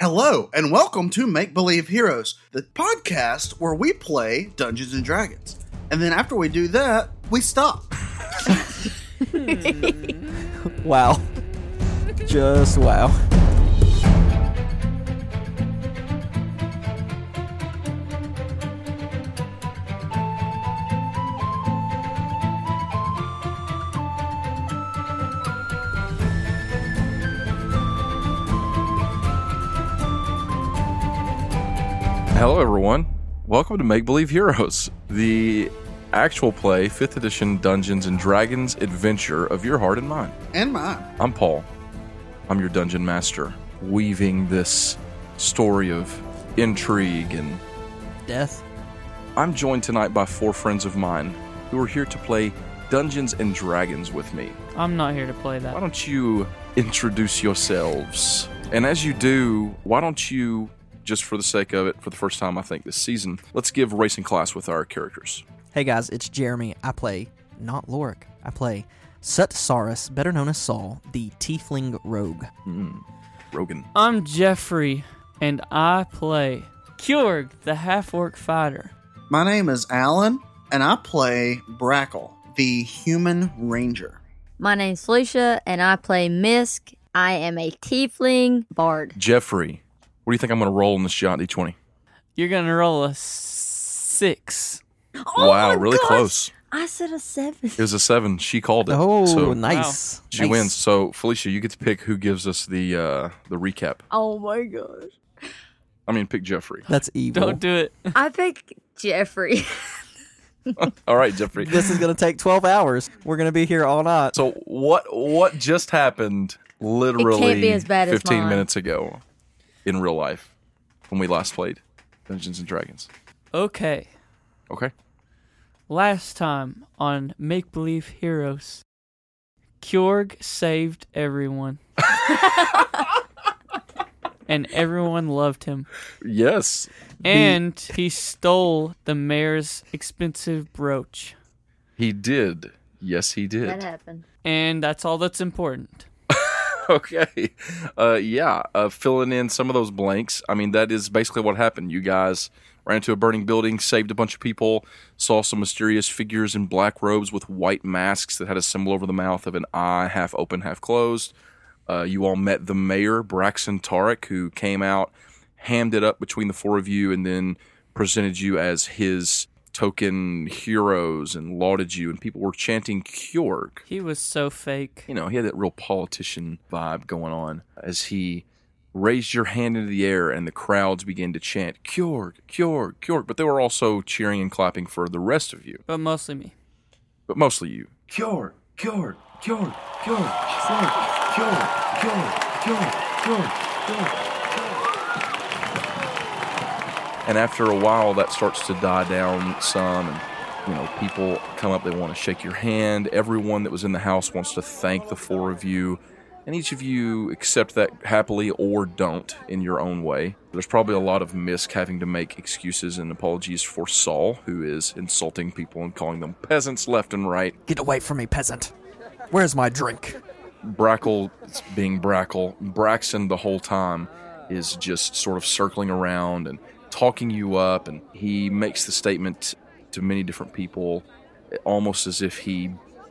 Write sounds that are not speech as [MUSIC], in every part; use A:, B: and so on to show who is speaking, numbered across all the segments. A: Hello, and welcome to Make Believe Heroes, the podcast where we play Dungeons and Dragons. And then after we do that, we stop. [LAUGHS]
B: [LAUGHS] Wow. Just wow.
C: Hello, everyone. Welcome to Make Believe Heroes, the actual play, 5th edition Dungeons and Dragons adventure of your heart and mind.
A: And mine.
C: I'm Paul. I'm your dungeon master, weaving this story of intrigue, and
B: Death.
C: I'm joined tonight by four friends of mine who are here to play Dungeons and Dragons with me.
D: I'm not here to play
C: Why
D: that.
C: don't you introduce yourselves? And as you do, why don't you, just for the sake of it, for the first time, I think, this season, let's give racing class with our characters.
B: Hey guys, it's Jeremy. I play not Lorik. I play Sut Saurus, better known as Saul, the Tiefling Rogue.
C: Rogan.
D: I'm Jeffrey, and I play Kjorg, the half orc fighter.
A: My name is Alan, and I play Brackle, the human ranger.
E: My name's Felicia, and I play Misk. I am a tiefling bard.
C: Jeffrey, what do you think I'm going to roll in this giant d20?
D: You're gonna roll a s- six.
C: wow,
B: Oh
E: my
C: really
E: gosh.
C: close.
E: I said a seven.
C: It was a seven. She called it.
B: Oh,
C: so
B: nice.
C: She
B: Nice.
C: wins. So Felicia, you get to pick who gives us the uh, the recap.
E: [LAUGHS] Oh my [LAUGHS] gosh.
C: I mean, pick Jeffrey.
B: That's evil. [LAUGHS]
D: Don't do it. [LAUGHS]
E: I pick Jeffrey.
C: All right, Jeffrey.
B: this is going to take 12 hours. We're going to be here all night.
C: so what what just happened? Literally,
E: be as bad as
C: fifteen
E: mine.
C: minutes ago, in real life, when we last played Dungeons and Dragons.
D: Okay.
C: Okay.
D: Last time on Make Believe Heroes, Kjorg saved everyone. and everyone loved him.
C: Yes.
D: And he stole the mayor's expensive brooch.
C: He did. Yes, he did.
E: [LAUGHS] that happened.
D: And that's all that's important.
C: [LAUGHS] okay uh yeah uh filling in some of those blanks i mean that is basically what happened you guys ran into a burning building saved a bunch of people saw some mysterious figures in black robes with white masks that had a symbol over the mouth of an eye half open half closed uh, you all met the mayor braxton tarek who came out hammed it up between the four of you and then presented you as his token heroes and lauded you and people were chanting Kjorg
D: He was so fake.
C: you know, he had that real politician vibe going on as he raised your hand into the air and the crowds began to chant Kjorg, Kjorg, Kjorg, but they were also cheering and clapping for the rest of you,
D: But mostly me.
C: but mostly you.
F: Cure, cure, cure, cure, cure, cure, cure, cure, cure, cure.
C: And after a while, that starts to die down some, and you know, people come up, they want to shake your hand. Everyone that was in the house wants to thank the four of you, and each of you accept that happily or don't in your own way. There's probably a lot of Misk having to make excuses and apologies for Saul, who is insulting people and calling them peasants left and right.
B: Get away from me, peasant. Where's my drink?
C: Brackle being Brackle, Braxton the whole time is just sort of circling around and talking you up, and he makes the statement to many different people, almost as if he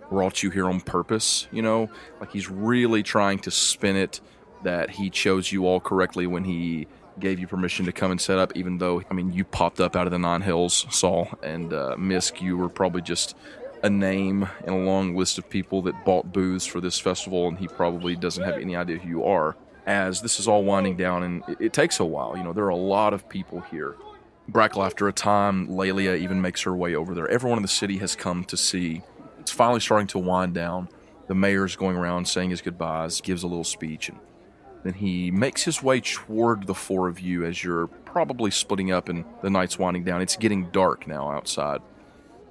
C: brought you here on purpose. You know, like he's really trying to spin it that he chose you all correctly when he gave you permission to come and set up. Even though, I mean, you popped up out of the nine hills, Saul and uh, Misk. You were probably just a name in a long list of people that bought booths for this festival, and he probably doesn't have any idea who you are. As this is all winding down, and it, it takes a while. You know, there are a lot of people here. Brackle, after a time, Lelia even makes her way over there. Everyone in the city has come to see. It's finally starting to wind down. The mayor's going around saying his goodbyes, gives a little speech, and then he makes his way toward the four of you as you're probably splitting up and the night's winding down. It's getting dark now outside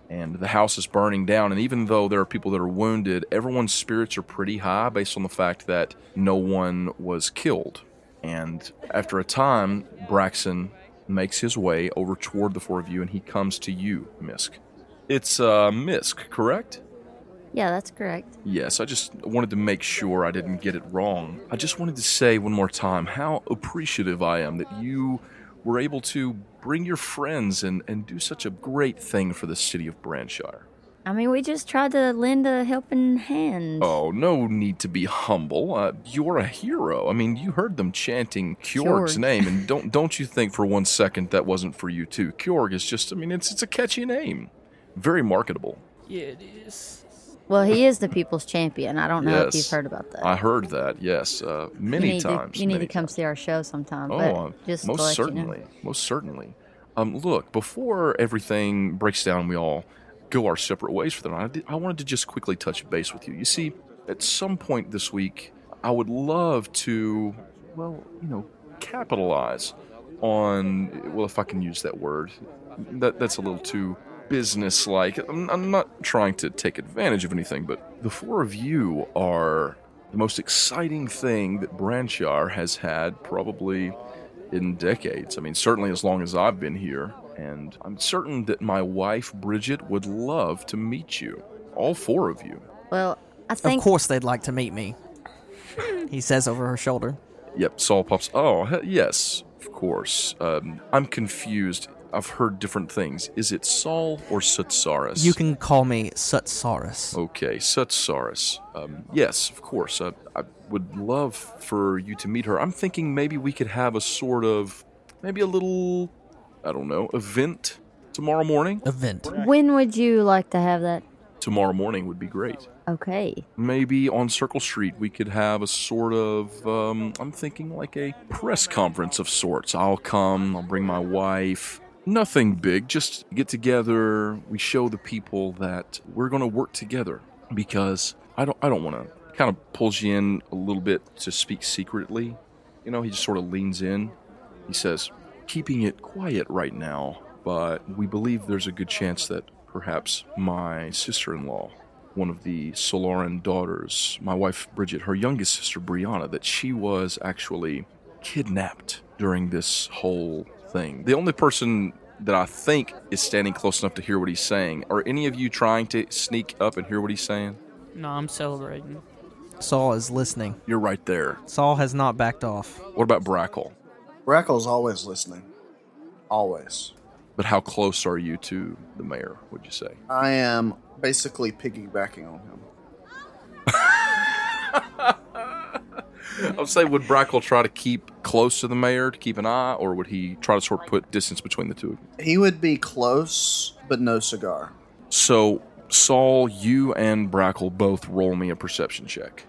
C: and the house is burning down. And even though there are people that are wounded, everyone's spirits are pretty high based on the fact that no one was killed. And after a time, Braxton makes his way over toward the four of you and he comes to you, Misk. It's uh, Misk, correct?
E: Yeah, that's correct.
C: Yes, I just wanted to make sure I didn't get it wrong. I just wanted to say one more time how appreciative I am that you were able to bring your friends and, and do such a great thing for the city of Branshire.
E: I mean, we just tried to lend a helping hand.
C: Oh, no need to be humble. Uh, you're a hero. I mean, you heard them chanting Kjorg's
E: Kjorg.
C: name, and don't don't you think for one second that wasn't for you too. Kjorg is just, I mean, it's it's a catchy name, very marketable.
D: Yeah, it is.
E: Well, he is the people's champion. I don't know
C: Yes.
E: if you've heard about that.
C: I heard that, yes, uh,
E: You
C: many
E: need to-
C: times.
E: you need
C: many
E: to come
C: times.
E: see our show sometime.
C: Oh,
E: but
C: uh,
E: just to
C: most
E: let
C: certainly,
E: You know.
C: most certainly. Um, look, before everything breaks down, we all go our separate ways for the night. I, did, I wanted to just quickly touch base with you. You see, at some point this week, I would love to, well, you know, capitalize on. Well, if I can use that word, that that's a little too business-like. I'm, I'm not trying to take advantage of anything, but the four of you are the most exciting thing that Branchar has had probably in decades. I mean, certainly as long as I've been here. And I'm certain that my wife, Bridget, would love to meet you. All four of you.
E: Well, I think
B: Of course they'd like to meet me. he says over her shoulder.
C: Yep, Saul pops. Oh, he- yes, of course. Um, I'm confused. I've heard different things. Is it Saul or Sutsaris?
B: You can call me Sutsaurus.
C: Okay, Sutsaris. Um, yes, of course. I, I would love for you to meet her. I'm thinking maybe we could have a sort of, maybe a little, I don't know, event tomorrow morning.
B: Event.
E: when would you like to have that?
C: Tomorrow morning would be great.
E: Okay.
C: Maybe on Circle Street we could have a sort of, um, I'm thinking like a press conference of sorts. I'll come, I'll bring my wife. Nothing big, just get together. We show the people that we're going to work together because I don't, I don't want to kind of pulls you in a little bit to speak secretly. You know, he just sort of leans in. He says, keeping it quiet right now, but we believe there's a good chance that perhaps my sister in law, one of the Solaran daughters, my wife Bridget, her youngest sister Brianna, that she was actually kidnapped during this whole thing. The only person that I think is standing close enough to hear what he's saying. Are any of you trying to sneak up and hear what he's saying?
D: No, I'm celebrating.
B: Saul is listening.
C: You're right there.
B: Saul has not backed off.
C: What about Brackle?
A: Brackle's always listening. Always.
C: But how close are you to the mayor, would you say?
A: I am basically piggybacking on him.
C: I would say, would Brackle try to keep close to the mayor to keep an eye, or would he try to sort of put distance between the two of you?
A: He would be close, but no cigar.
C: So, Saul, you and Brackle both roll me a perception check.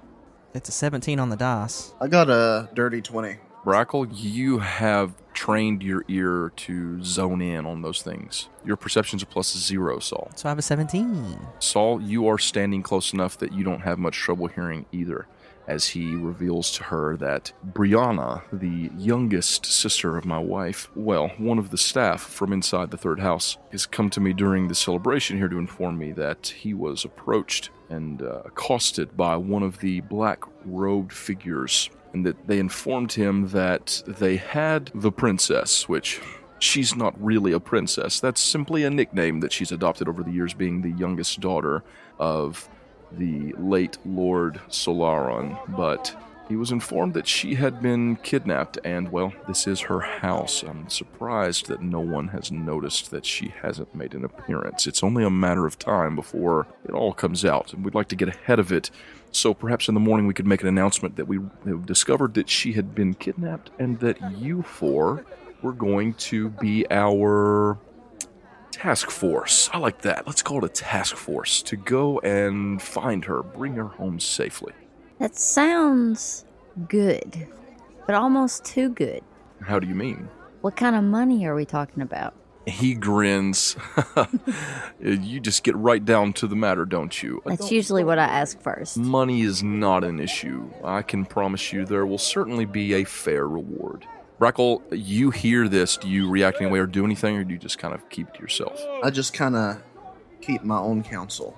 B: It's a 17 on the dice.
A: I got a dirty 20.
C: Brackle, you have trained your ear to zone in on those things. Your perception's a plus zero, Saul.
B: So I have a 17.
C: Saul, you are standing close enough that you don't have much trouble hearing either, as he reveals to her that Brianna, the youngest sister of my wife, well, one of the staff from inside the third house, has come to me during the celebration here to inform me that he was approached and uh, accosted by one of the black robed figures, and that they informed him that they had the princess, which She's not really a princess. That's simply a nickname that she's adopted over the years, being the youngest daughter of the late Lord Solaron. But he was informed that she had been kidnapped, and well, this is her house. I'm surprised that no one has noticed that she hasn't made an appearance. It's only a matter of time before it all comes out, and we'd like to get ahead of it. So perhaps in the morning we could make an announcement that we have discovered that she had been kidnapped and that you four we're going to be our task force. I like that. Let's call it a task force to go and find her, bring her home safely.
E: That sounds good, but almost too good.
C: How do you mean?
E: What kind of money are we talking about?
C: He grins. [LAUGHS] you just get right down to the matter, don't Mm. you?
E: That's usually what I ask first.
C: Money is not an issue. I can promise you there will certainly be a fair reward. Brackle, you hear this. Do you react any way or do anything, or do you just kind of keep it to yourself?
A: I just kind of keep my own counsel.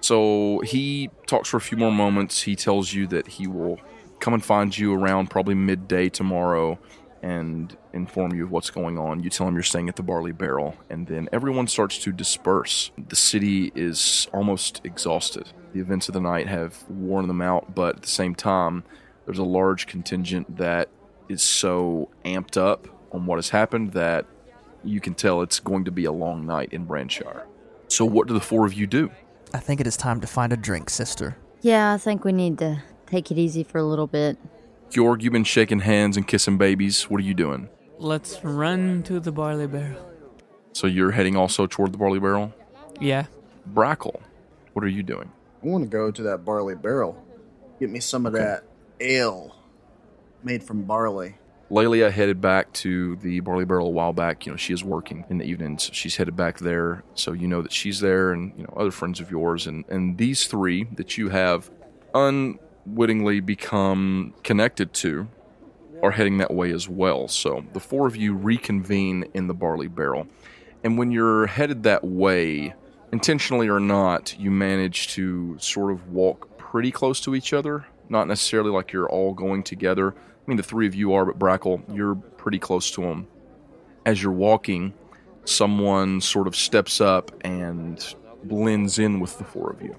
C: So he talks for a few more moments. He tells you that he will come and find you around probably midday tomorrow and inform you of what's going on. You tell them you're staying at the Barley Barrel, and then everyone starts to disperse. The city is almost exhausted. The events of the night have worn them out, but at the same time, there's a large contingent that is so amped up on what has happened that you can tell it's going to be a long night in Branshire. So, what do the four of you do?
B: I think it is time to find a drink, sister.
E: Yeah, I think we need to take it easy for a little bit.
C: Georg, you've been shaking hands and kissing babies. What are you doing?
D: Let's run to the barley barrel.
C: So, you're heading also toward the barley barrel?
D: Yeah.
C: Brackle, what are you doing?
A: I want to go to that barley barrel. Get me some of that ale made from barley.
C: Lelia headed back to the Barley Barrel a while back. You know, she is working in the evenings. She's headed back there, so you know that she's there, and you know other friends of yours, and and these three that you have unwittingly become connected to are heading that way as well. So the four of you reconvene in the Barley Barrel, and when you're headed that way, intentionally or not, you manage to sort of walk pretty close to each other. Not necessarily like you're all going together. I mean, the three of you are, but Brackle, you're pretty close to him. As you're walking, someone sort of steps up and blends in with the four of you.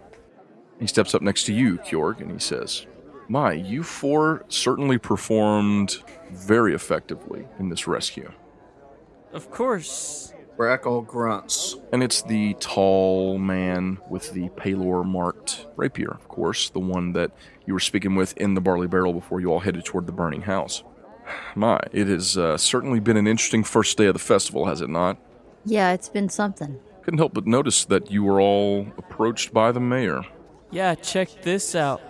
C: He steps up next to you, Kjorg, and he says, My, you four certainly performed very effectively in this rescue.
D: Of course.
A: Brackle grunts.
C: And it's the tall man with the Palor marked rapier, of course, the one that you were speaking with in the barley barrel before you all headed toward the burning house. [SIGHS] My, it has uh, certainly been an interesting first day of the festival, has it not?
E: Yeah, it's been something.
C: Couldn't help but notice that you were all approached by the mayor.
D: Yeah, check this out.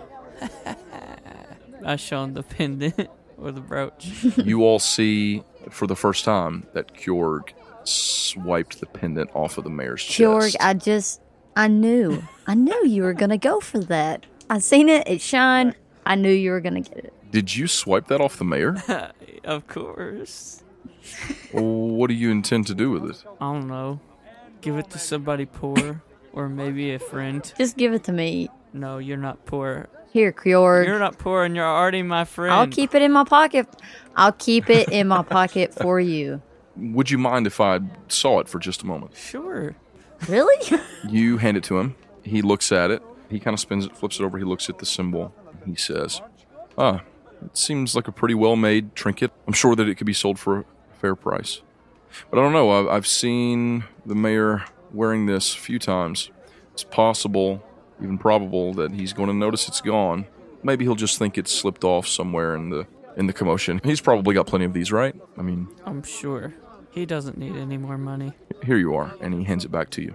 D: I show him the pendant or the brooch. [LAUGHS]
C: you all see for the first time that Kjorg swiped the pendant off of the mayor's
E: Georg,
C: chest.
E: I just, I knew, I knew you were gonna go for that. I seen it, it shined. I knew you were gonna get it.
C: Did you swipe that off the mayor?
D: of course.
C: what do you intend to do with it?
D: I don't know. Give it to somebody poor or maybe a friend.
E: Just give it to me.
D: No, you're not poor.
E: Here, Georg.
D: You're not poor and you're already my friend.
E: I'll keep it in my pocket. I'll keep it in my pocket for you.
C: Would you mind if I saw it for just a moment?
D: Sure.
E: Really?
C: You hand it to him. He looks at it. He kind of spins it, flips it over. He looks at the symbol. He says, Ah, it seems like a pretty well made trinket. I'm sure that it could be sold for a fair price. But I don't know. I've, I've seen the mayor wearing this a few times. It's possible, even probable, that he's going to notice it's gone. Maybe he'll just think it's slipped off somewhere in the in the commotion. He's probably got plenty of these, right? I mean,
D: I'm sure. He doesn't need any more money.
C: here you are, and he hands it back to you.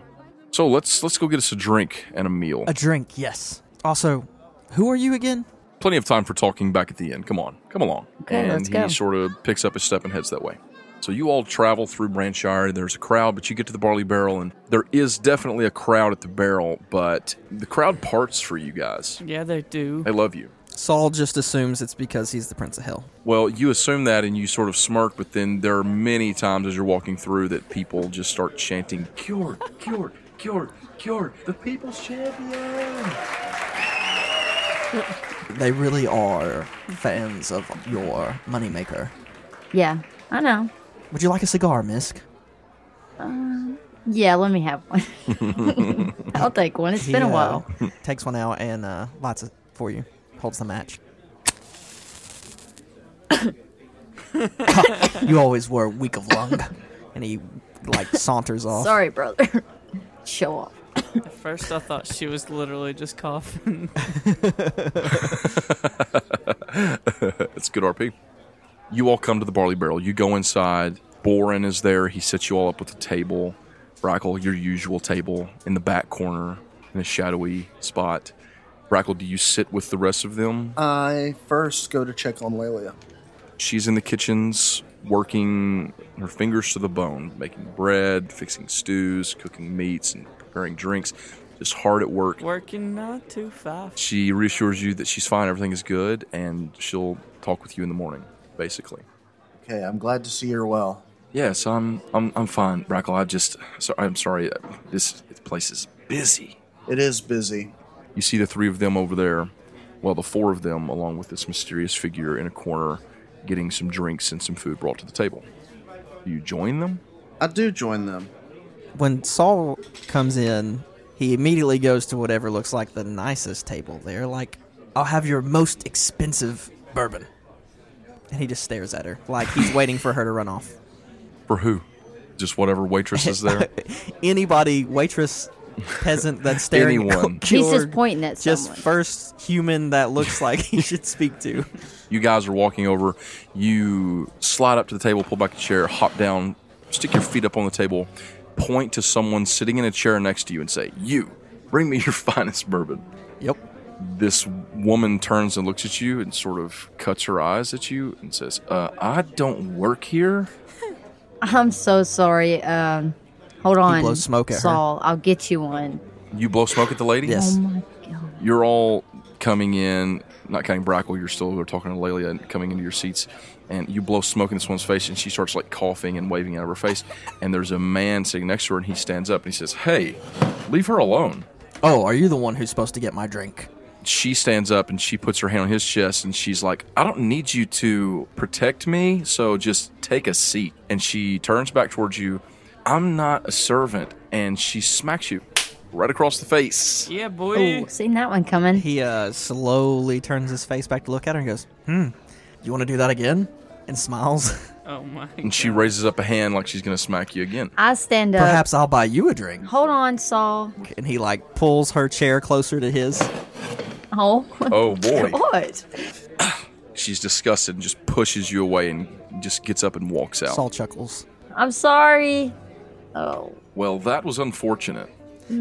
C: So let's let's go get us a drink and a meal.
B: A drink, yes. Also, who are you again?
C: plenty of time for talking back at the end. Come on, come along.
E: Okay,
C: and
E: let's
C: he
E: go.
C: sort of picks up his step and heads that way. So you all travel through Branchard. There's a crowd, but you get to the Barley Barrel, and there is definitely a crowd at the barrel, but the crowd parts for you guys.
D: Yeah, they do.
C: They love you.
B: Saul just assumes it's because he's the Prince of Hell.
C: Well, you assume that and you sort of smirk, but then there are many times as you're walking through that people just start chanting,
F: Cure, cure, cure, cure, the people's champion.
B: They really are fans of your moneymaker.
E: yeah, I know.
B: Would you like a cigar, Misk?
E: Yeah, let me have one. I'll take one. [LAUGHS] It's
B: He,
E: been a
B: uh,
E: while.
B: [LAUGHS] takes one out and uh, lights it for you. Holds the
E: [LAUGHS]
B: match. [LAUGHS] you always were weak of lung. And he like saunters off.
E: Sorry, brother. [LAUGHS] Show off.
D: At first, I thought she was literally just coughing.
C: It's good RP. You all come to the barley barrel. You go inside. Boren is there. He sets you all up with a table. Brackle, your usual table in the back corner in a shadowy spot. Brackle, do you sit with the rest of them?
A: Uh, I first go to check on Lelia.
C: She's in the kitchens working her fingers to the bone, making bread, fixing stews, cooking meats, and preparing drinks. Just hard at work.
D: Working not too fast.
C: She reassures you that she's fine, everything is good, and she'll talk with you in the morning, basically.
A: Okay, I'm glad to see her well.
C: Yes, I'm. I'm. I'm fine, Brackle. I just. So, I'm sorry. uh, This, this place is busy.
A: It is busy.
C: You see the three of them over there. Well, the four of them, along with this mysterious figure in a corner, getting some drinks and some food brought to the table. Do you join them?
A: I do join them.
B: When Saul comes in, he immediately goes to whatever looks like the nicest table there, like, I'll have your most expensive bourbon. And he just stares at her, like he's waiting for her to run off.
C: For who? Just whatever waitress is [LAUGHS] there.
B: Anybody, waitress, peasant that's staring
C: Anyone.
B: at
E: He's just
B: Georg,
E: pointing at
B: just
E: someone.
B: first human that looks [LAUGHS] like he should speak to.
C: you guys are walking over. You slide up to the table, pull back a chair, hop down, stick your feet up on the table, point to someone sitting in a chair next to you, and say, "You, bring me your [LAUGHS] finest bourbon."
B: Yep.
C: this woman turns and looks at you and sort of cuts her eyes at you and says, uh, I don't work here.
E: I'm so sorry. Um, hold on.
B: blows smoke at her.
E: Saul, I'll get you one.
C: You blow smoke at the lady?
B: Yes.
E: Oh my god.
C: You're all coming in, not counting Brackle, you're still we're talking to Lelia and coming into your seats. And you blow smoke in this one's face, and she starts like coughing and waving out of her face. And there's a man sitting next to her, and he stands up and he says, Hey, leave her alone.
B: Oh, are you the one who's supposed to get my drink?
C: she stands up and she puts her hand on his chest and she's like, I don't need you to protect me, so just take a seat. And she turns back towards you, I'm not a servant. And she smacks you right across the face.
D: Yeah, boy.
E: Oh, seen that one coming.
B: He uh, slowly turns his face back to look at her and goes, "Hmm, you want to do that again?" And smiles. [LAUGHS]
D: Oh my.
C: And she raises up a hand like she's going to smack you again.
E: I stand up.
B: Perhaps I'll buy you a drink.
E: Hold on, Saul.
B: And he like pulls her chair closer to his.
E: Oh, [LAUGHS]
C: Oh boy.
E: what?
C: She's disgusted and just pushes you away and just gets up and walks out.
B: Saul chuckles.
E: I'm sorry. Oh,
C: Well, that was unfortunate.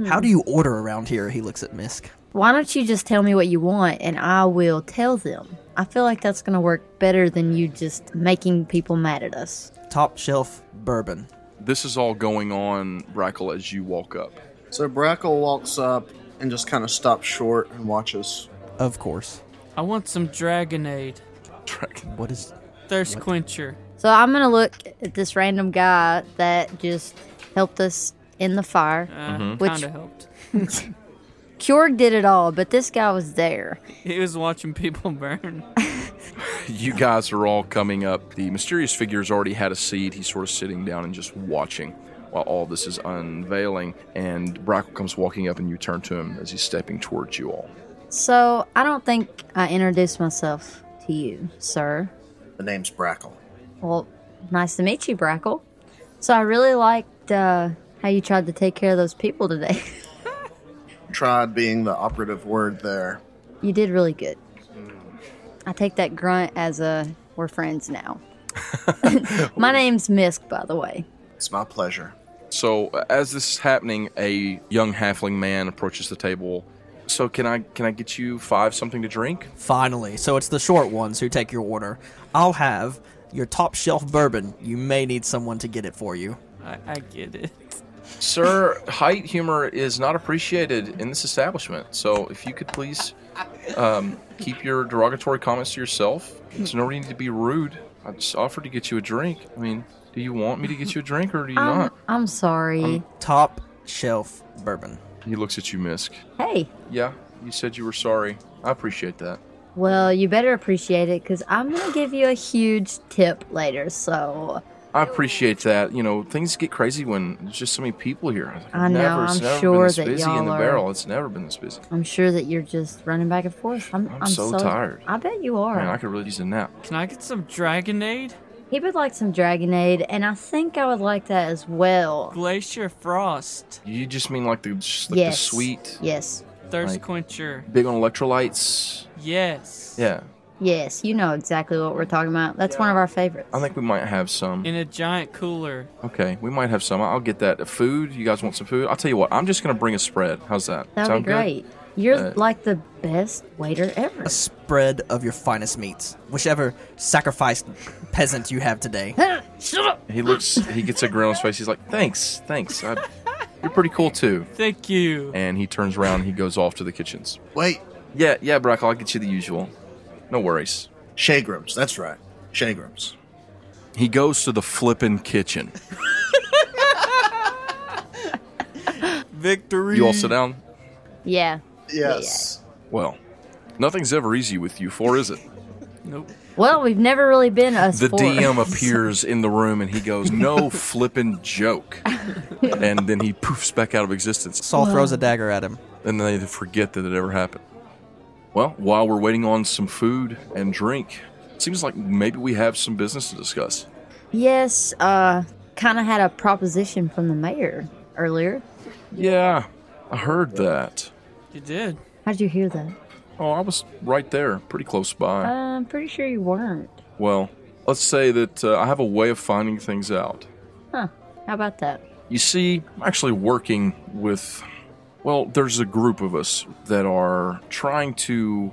B: How do you order around here? He looks at Misk.
E: why don't you just tell me what you want and I will tell them? I feel like that's going to work better than you just making people mad at us.
B: Top shelf bourbon.
C: This is all going on, Brackle, as you walk up. [LAUGHS]
A: So Brackle walks up and just kind of stops short and watches.
B: Of course.
D: I want some Dragonade.
B: What is?
D: Thirst quencher.
E: So I'm going to look at this random guy that just helped us in the fire.
B: Mm-hmm.
D: Uh,
E: Which-
D: Kinda helped.
E: Kjorg did it all, but this guy was there.
D: He was watching people burn.
C: You guys are all coming up. The mysterious figure's already had a seat. He's sort of sitting down and just watching while all this is unveiling. And Brackle comes walking up, and you turn to him as he's stepping towards you all.
E: So I don't think I introduced myself to you, sir.
A: The name's Brackle.
E: Well, nice to meet you, Brackle. So I really liked uh, how you tried to take care of those people today. [LAUGHS]
A: Tried being the operative word there.
E: you did really good. I take that grunt as a we're friends now. My name's Misk, by the way.
A: It's my pleasure.
C: So uh, as this is happening, a young halfling man approaches the table. So can I can I get you five something to drink?
B: Finally, so it's the short ones who take your order. I'll have your top shelf bourbon. You may need someone to get it for you.
D: I, I get it.
C: Sir, height humor is not appreciated in this establishment. So if you could please um, keep your derogatory comments to yourself. It's no need to be rude. I just offered to get you a drink. I mean, do you want me to get you a drink or do you
E: I'm,
C: not?
E: I'm sorry.
B: Top shelf bourbon.
C: He looks at you, Misk.
E: hey,
C: Yeah, you said you were sorry. I appreciate that.
E: well, you better appreciate it because I'm going to give you a huge tip later. So
C: I appreciate that. You know, things get crazy when there's just so many people here. I've
E: I know,
C: Never, it's
E: I'm
C: never
E: sure
C: been this
E: that
C: busy in
E: y'all
C: the
E: are-
C: barrel. It's never been this busy.
E: I'm sure that you're just running back and forth. I'm,
C: I'm so tired.
E: I bet you are.
C: Man, I could really use a nap.
D: Can I get some Dragonade?
E: He would like some Dragonade, and I think I would like that as well.
D: Glacier Frost.
C: You just mean like the just like
E: yes.
C: the sweet,
E: Yes.
D: Thirst
C: Like-
D: quencher.
C: big on electrolytes.
D: Yes.
C: Yeah,
E: Yes, you know exactly what we're talking about. That's one of our favorites.
C: I think we might have some.
D: In a giant cooler.
C: Okay, we might have some. I'll get that. Food? You guys want some food? I'll tell you what. I'm just gonna bring a spread. How's that?
E: that
C: Sound
E: would be
C: good?
E: great. You're
C: Uh,
E: like the best waiter ever.
B: a spread of your finest meats, whichever sacrificed peasant you have today.
E: Shut up!
C: He looks. He gets a grin on his face. He's like, "Thanks, thanks. I, you're pretty cool too."
D: Thank you.
C: And he turns around. and He goes off to the kitchens.
A: Wait,
C: Yeah, yeah, Brock. I'll get you the usual. No worries.
A: Shagrams. That's right. Shagrams.
C: He goes to the flippin' kitchen.
B: Victory.
C: You all sit down.
E: Yeah.
A: Yes.
C: Well, nothing's ever easy with you four, is it?
D: Nope.
E: Well, we've never really been us
C: The
E: four. [LAUGHS]
C: DM appears in the room and he goes, "No flippin' joke," and then he poofs back out of existence.
B: Saul throws a dagger at him.
C: and they forget that it ever happened. Well, while we're waiting on some food and drink, it seems like maybe we have some business to discuss.
E: yes, uh, kind of had a proposition from the mayor earlier.
C: Yeah, I heard that.
D: You did.
E: How'd you hear that?
C: Oh, I was right there, pretty close by.
E: I'm pretty sure you weren't.
C: Well, let's say that uh, I have a way of finding things out.
E: Huh. How about that?
C: You see, I'm actually working with, well, there's a group of us that are trying to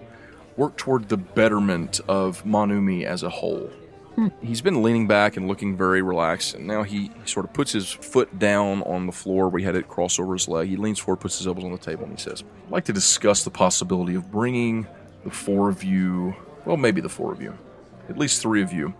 C: work toward the betterment of Manumi as a whole. He's been leaning back and looking very relaxed, and now he sort of puts his foot down on the floor where he had it cross over his leg. He leans forward, puts his elbows on the table, and he says, I'd like to discuss the possibility of bringing the four of you, well, maybe the four of you, at least three of you,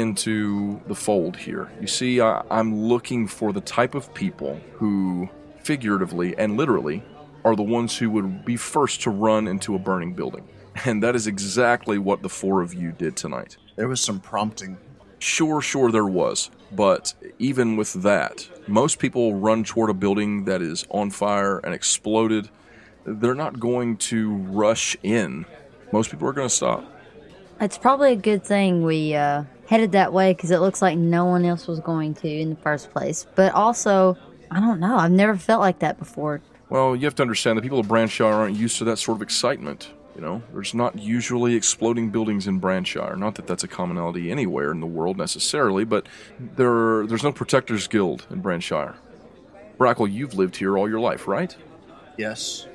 C: into the fold here. You see, I, I'm looking for the type of people who, figuratively and literally, are the ones who would be first to run into a burning building. [LAUGHS] And that is exactly what the four of you did tonight.
A: There was some prompting.
C: Sure, sure, there was. But even with that, most people run toward a building that is on fire and exploded. They're not going to rush in. Most people are going to stop.
E: It's probably a good thing we uh, headed that way because it looks like no one else was going to in the first place. But also, I don't know. I've never felt like that before.
C: Well, you have to understand the people of Branshire aren't used to that sort of excitement. You know, there's not usually exploding buildings in Branshire. Not that that's a commonality anywhere in the world necessarily, but there there's no Protectors Guild in Branshire. Brackle, you've lived here all your life, right?
A: Yes.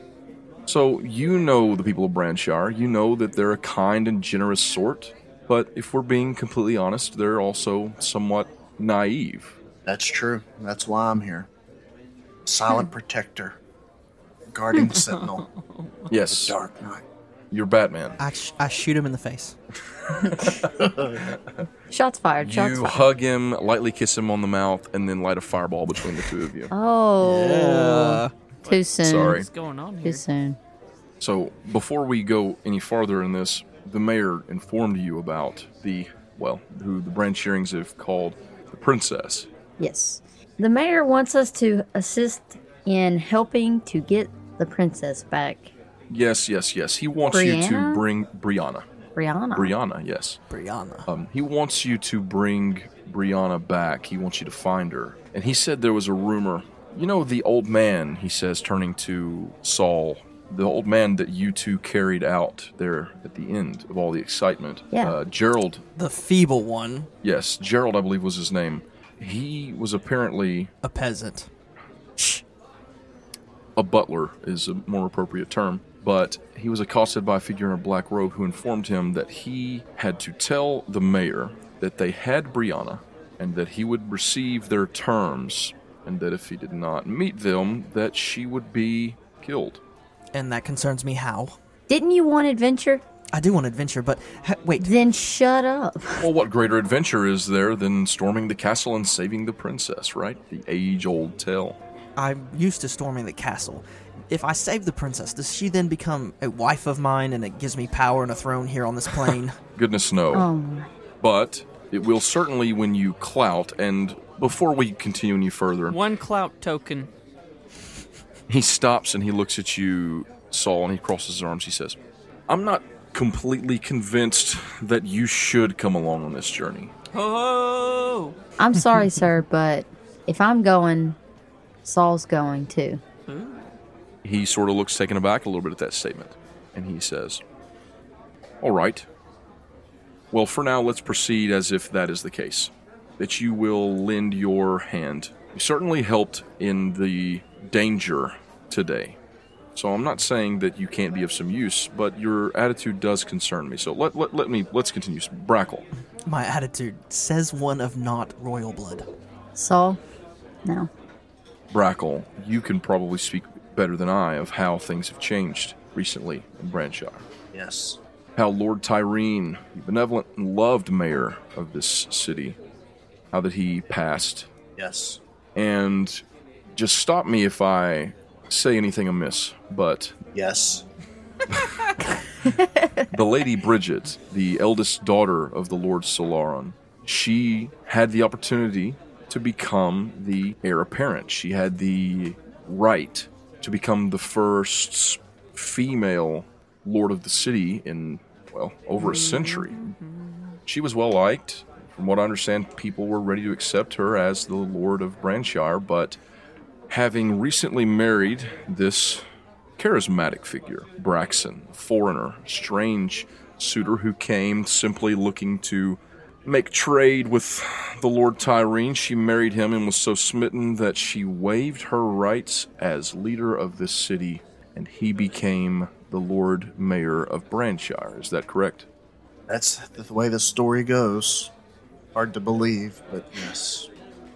C: So you know the people of Branshire. You know that they're a kind and generous sort. But if we're being completely honest, they're also somewhat naive.
A: That's true. That's why I'm here. Silent protector, guarding sentinel,
C: Yes,
A: dark knight.
C: you're Batman.
B: I, sh- I shoot him in the face.
E: Shots fired. Shots
C: You
E: fired.
C: hug him, lightly kiss him on the mouth, and then light a fireball between the two of you.
E: Oh,
B: Uh,
E: too soon.
C: Sorry.
D: What's going on
E: Too
D: here?
E: soon.
C: So, before we go any farther in this, the mayor informed you about the, well, who the branch hearings have called the princess.
E: Yes. The mayor wants us to assist in helping to get the princess back.
C: Yes, yes, yes. He wants you to
E: Brianna?
C: bring Brianna.
E: Brianna.
C: Brianna, yes.
B: Brianna.
C: Um, he wants you to bring Brianna back. He wants you to find her. And he said there was a rumor. You know, the old man, he says, turning to Saul, the old man that you two carried out there at the end of all the excitement.
E: Yeah.
C: Uh, Gerald,
B: The feeble one,
C: yes, Gerald, I believe was his name. He was apparently
B: a peasant.
C: a butler, is a more appropriate term. But he was accosted by a figure in a black robe who informed him that he had to tell the mayor that they had Brianna and that he would receive their terms and that if he did not meet them that she would be killed.
B: And that concerns me how.
E: Didn't you want adventure?
B: I do want adventure, but ha- wait.
E: Then shut up.
C: Well, what greater adventure is there than storming the castle and saving the princess, right? The age-old tale.
B: I'm used to storming the castle. If I save the princess, does she then become a wife of mine and it gives me power and a throne here [LAUGHS] on this plane?
C: Goodness no.
E: Oh, my.
C: But it will certainly when you clout and before we continue any further,
D: One clout token.
C: He stops and he looks at you, Saul, and he crosses his arms. He says, I'm not completely convinced that you should come along on this journey.
D: Oh,
C: [LAUGHS]
E: I'm sorry, sir, but if I'm going, Saul's going too.
C: He sort of looks taken aback a little bit at that statement, and he says, All right. Well, for now, let's proceed as if that is the case, that you will lend your hand. You certainly helped in the danger today. So I'm not saying that you can't be of some use, but your attitude does concern me. So let, let, let me let's continue. Brackle.
B: My attitude says one of not royal blood.
E: Saul? No.
C: Brackle, you can probably speak better than I of how things have changed recently in Branshire.
A: Yes.
C: How Lord Tyrene, the benevolent and loved mayor of this city, how that he passed.
A: Yes.
C: And just stop me if I say anything amiss, but
A: Yes.
C: the Lady Bridget, the eldest daughter of the Lord Solaron, she had the opportunity to become the heir apparent. She had the right to become the first female Lord of the City in, well, over a century. She was well liked. From what I understand, people were ready to accept her as the Lord of Branshire, but having recently married this charismatic figure, Braxton, a foreigner, strange suitor who came simply looking to make trade with the Lord Tyrene. She married him and was so smitten that she waived her rights as leader of this city, and he became the Lord Mayor of Branshire. Is that correct?
A: That's the way the story goes. Hard to believe, but yes.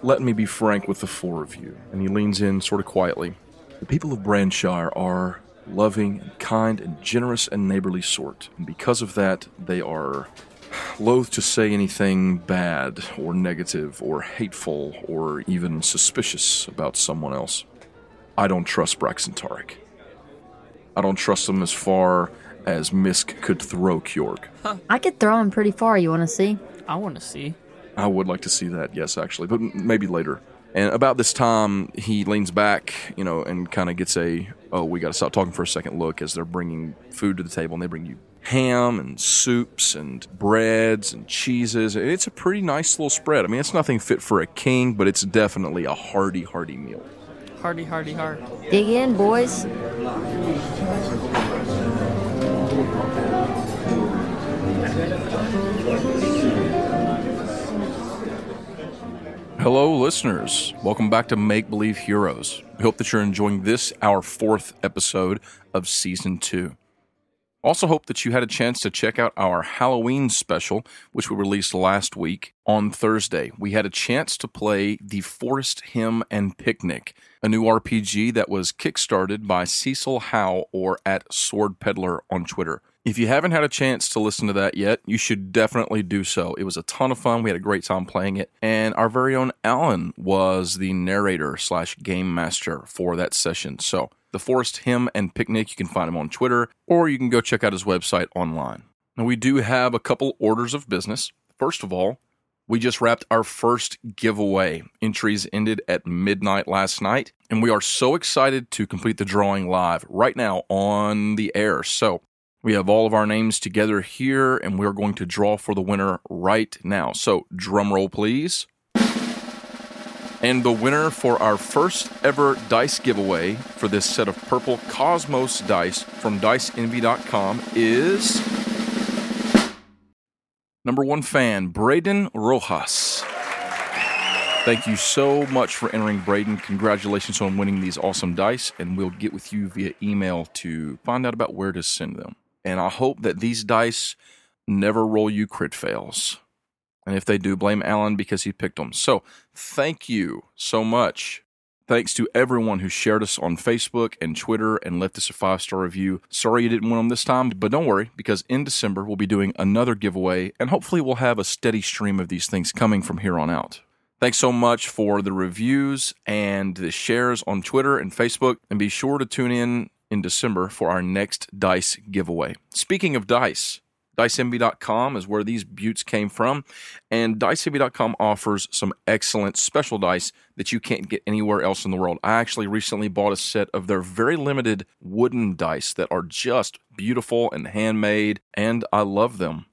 C: Let me be frank with the four of you. And he leans in sort of quietly. The people of Branshire are loving and kind and generous and neighborly sort. And because of that, they are loath to say anything bad or negative or hateful or even suspicious about someone else. I don't trust Braxton Tarek. I don't trust him as far as Misk could throw Kjorg.
E: I could throw him pretty far. You want to see?
D: I want to see.
C: I would like to see that, yes, actually, but m- maybe later. And about this time, he leans back, you know, and kind of gets a, oh, we got to stop talking for a second look as they're bringing food to the table. And they bring you ham and soups and breads and cheeses. And It's a pretty nice little spread. I mean, it's nothing fit for a king, but it's definitely a hearty, hearty meal.
D: Hardy, hardy, hard.
E: Dig in, boys.
C: Hello, listeners. Welcome back to Make Believe Heroes. We hope that you're enjoying this, our fourth episode of season two. Also, hope that you had a chance to check out our Halloween special, which we released last week on Thursday. We had a chance to play The Forest Hymn and Picnic, a new RPG that was kickstarted by Cecil Howe or at Sword Peddler on Twitter. If you haven't had a chance to listen to that yet, you should definitely do so. It was a ton of fun. We had a great time playing it. And our very own Alan was the narrator slash game master for that session. So, The Forest Hymn and Picnic, you can find him on Twitter or you can go check out his website online. Now, we do have a couple orders of business. First of all, we just wrapped our first giveaway. Entries ended at midnight last night, and we are so excited to complete the drawing live right now on the air. So, we have all of our names together here, and we're going to draw for the winner right now. So, drum roll, please. And the winner for our first ever dice giveaway for this set of purple Cosmos dice from diceenvy.com is number one fan, Braden Rojas. Thank you so much for entering, Braden. Congratulations on winning these awesome dice, and we'll get with you via email to find out about where to send them. And I hope that these dice never roll you crit fails. And if they do, blame Alan because he picked them. So thank you so much. Thanks to everyone who shared us on Facebook and Twitter and left us a five star review. Sorry you didn't win them this time, but don't worry because in December we'll be doing another giveaway and hopefully we'll have a steady stream of these things coming from here on out. Thanks so much for the reviews and the shares on Twitter and Facebook. And be sure to tune in in December for our next dice giveaway. Speaking of dice, diceenvy.com is where these buttes came from. And diceenvy.com offers some excellent special dice that you can't get anywhere else in the world. I actually recently bought a set of their very limited wooden dice that are just beautiful and handmade, and I love them.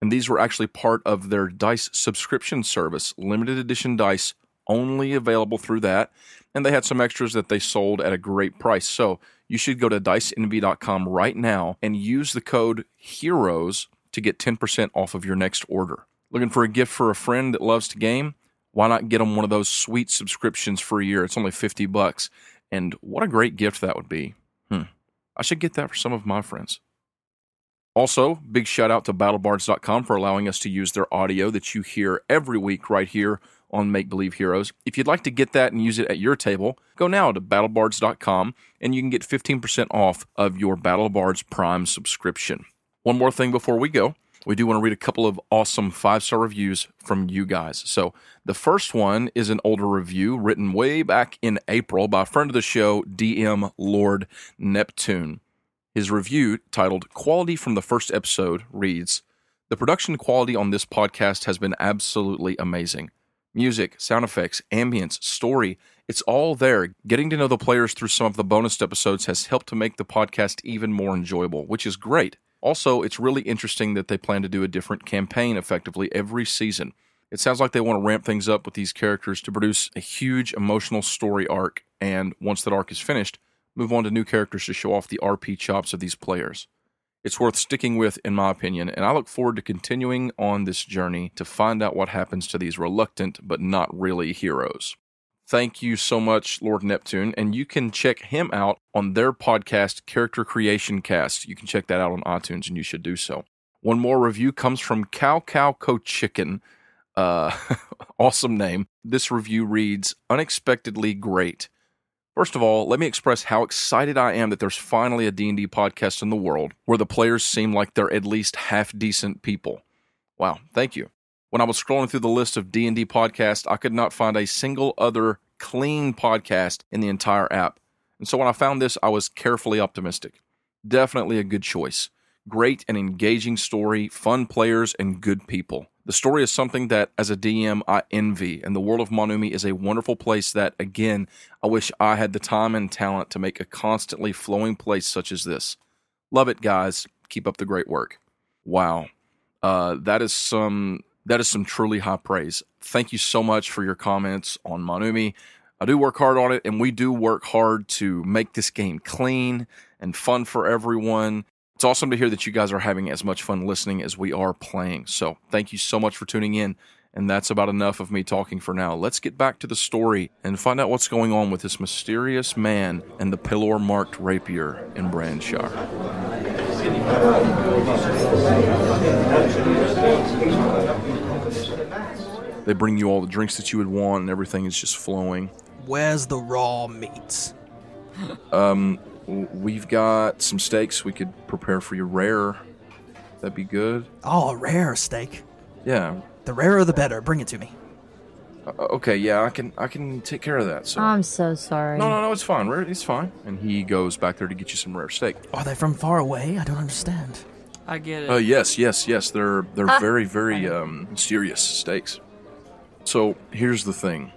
C: And these were actually part of their dice subscription service, limited edition dice only available through that. And they had some extras that they sold at a great price. So you should go to diceenvy.com right now and use the code HEROES to get 10% off of your next order. Looking for a gift for a friend that loves to game? Why not get them one of those sweet subscriptions for a year? It's only 50 bucks. And what a great gift that would be. Hmm. I should get that for some of my friends. Also, big shout out to battlebards.com for allowing us to use their audio that you hear every week right here on Make Believe Heroes. If you'd like to get that and use it at your table, go now to battlebards.com and you can get 15% off of your BattleBards Prime subscription. One more thing before we go. We do want to read a couple of awesome five star reviews from you guys. So, the first one is an older review written way back in April by a friend of the show, DM Lord Neptune. His review, titled Quality from the First Episode, reads The production quality on this podcast has been absolutely amazing. Music, sound effects, ambience, story, it's all there. Getting to know the players through some of the bonus episodes has helped to make the podcast even more enjoyable, which is great. Also, it's really interesting that they plan to do a different campaign effectively every season. It sounds like they want to ramp things up with these characters to produce a huge emotional story arc, and once that arc is finished, move on to new characters to show off the RP chops of these players. It's worth sticking with, in my opinion, and I look forward to continuing on this journey to find out what happens to these reluctant but not really heroes. Thank you so much, Lord Neptune. And you can check him out on their podcast, Character Creation Cast. You can check that out on iTunes, and you should do so. One more review comes from Cow Cow Co Chicken. Uh, [LAUGHS] awesome name. This review reads Unexpectedly Great. First of all, let me express how excited I am that there's finally a D&D podcast in the world where the players seem like they're at least half decent people. Wow, thank you. When I was scrolling through the list of D&D podcasts, I could not find a single other clean podcast in the entire app. And so when I found this, I was carefully optimistic. Definitely a good choice. Great and engaging story, fun players, and good people. The story is something that, as a DM, I envy, and the world of Monumi is a wonderful place that, again, I wish I had the time and talent to make a constantly flowing place such as this. Love it, guys. Keep up the great work. Wow, uh, that is some that is some truly high praise. Thank you so much for your comments on Monumi. I do work hard on it, and we do work hard to make this game clean and fun for everyone. It's awesome to hear that you guys are having as much fun listening as we are playing. So, thank you so much for tuning in. And that's about enough of me talking for now. Let's get back to the story and find out what's going on with this mysterious man and the pillar marked rapier in Branshire. They bring you all the drinks that you would want, and everything is just flowing.
B: Where's the raw meats?
C: W- We've got some steaks we could prepare for you rare. That'd be good.
B: Oh, a rare steak.
C: Yeah.
B: The rarer the better. Bring it to me.
C: O- Okay. Yeah, I can. I can take care of that. So.
E: I'm so sorry.
C: no, no, no. It's fine. Rare. It's fine. And he goes back there to get you some rare steak.
B: Are they from far away? I don't understand.
D: I get it.
C: Uh, yes, yes, yes. They're they're very very um, serious stakes. So here's the thing: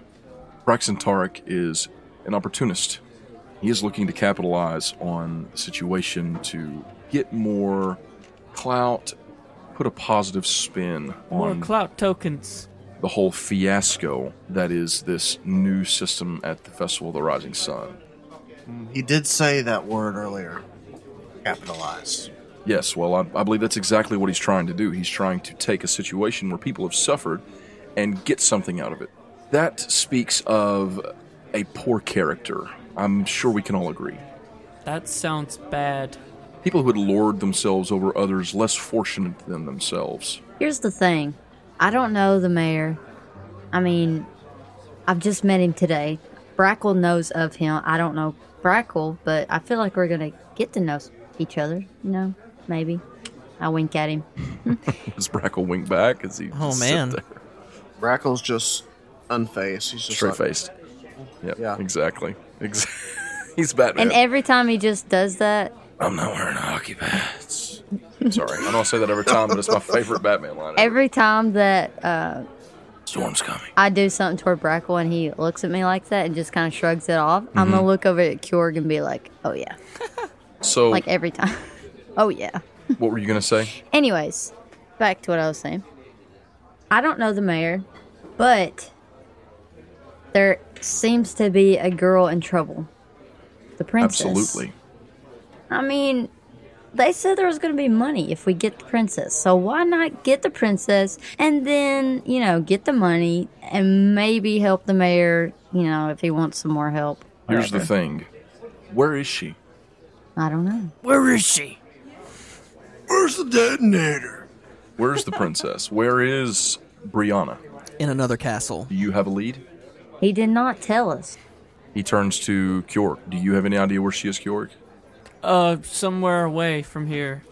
C: Braxton Tarek is an opportunist. He is looking to capitalize on the situation to get more clout, put a positive spin
D: More
C: on
D: clout tokens.
C: the whole fiasco that is this new system at the Festival of the Rising Sun.
A: He did say that word earlier. Capitalized.
C: Yes, well, I, I believe that's exactly what he's trying to do. He's trying to take a situation where people have suffered and get something out of it. That speaks of a poor character. I'm sure we can all agree.
D: That sounds bad.
C: People who had lord themselves over others less fortunate than themselves. [LAUGHS]
E: Here's the thing I don't know the mayor. I mean, I've just met him today. Brackle knows of him. I don't know Brackle, but I feel like we're going to get to know s- each other, you know, maybe. I wink at him.
C: Does Brackle wink back? Is he
B: Oh,
C: just sit
B: man.
C: there,
A: Brackle's just unfazed. He's just
C: straight
A: like,
C: faced? Yep,
A: Yeah.
C: exactly. Ex- [LAUGHS] he's Batman.
E: And every time he just does that,
C: I'm not wearing hockey pads. Sorry, I don't say that every time, but it's my favorite Batman line.
E: every time that uh,
C: Storm's coming.
E: I do something toward Brackle and he looks at me like that and just kind of shrugs it off, I'm going to look over at Kjorg and be like, oh yeah.
C: So,
E: Like every time. [LAUGHS] oh yeah.
C: what were you gonna say?
E: Anyways, back to what I was saying. I don't know the mayor, but there seems to be a girl in trouble. The princess.
C: Absolutely.
E: I mean, they said there was going to be money if we get the princess. So why not get the princess and then, you know, get the money and maybe help the mayor, you know, if he wants some more help.
C: Here's the
E: whatever.
C: thing. Where is she?
E: I don't know.
B: Where is she?
A: Where's the detonator?
C: Where's the princess? Where is Brianna?
B: In another castle.
C: Do you have a lead?
E: He did not tell us.
C: He turns to Kjork. Do you have any idea where she is, Kjork?
D: Uh, somewhere away from here.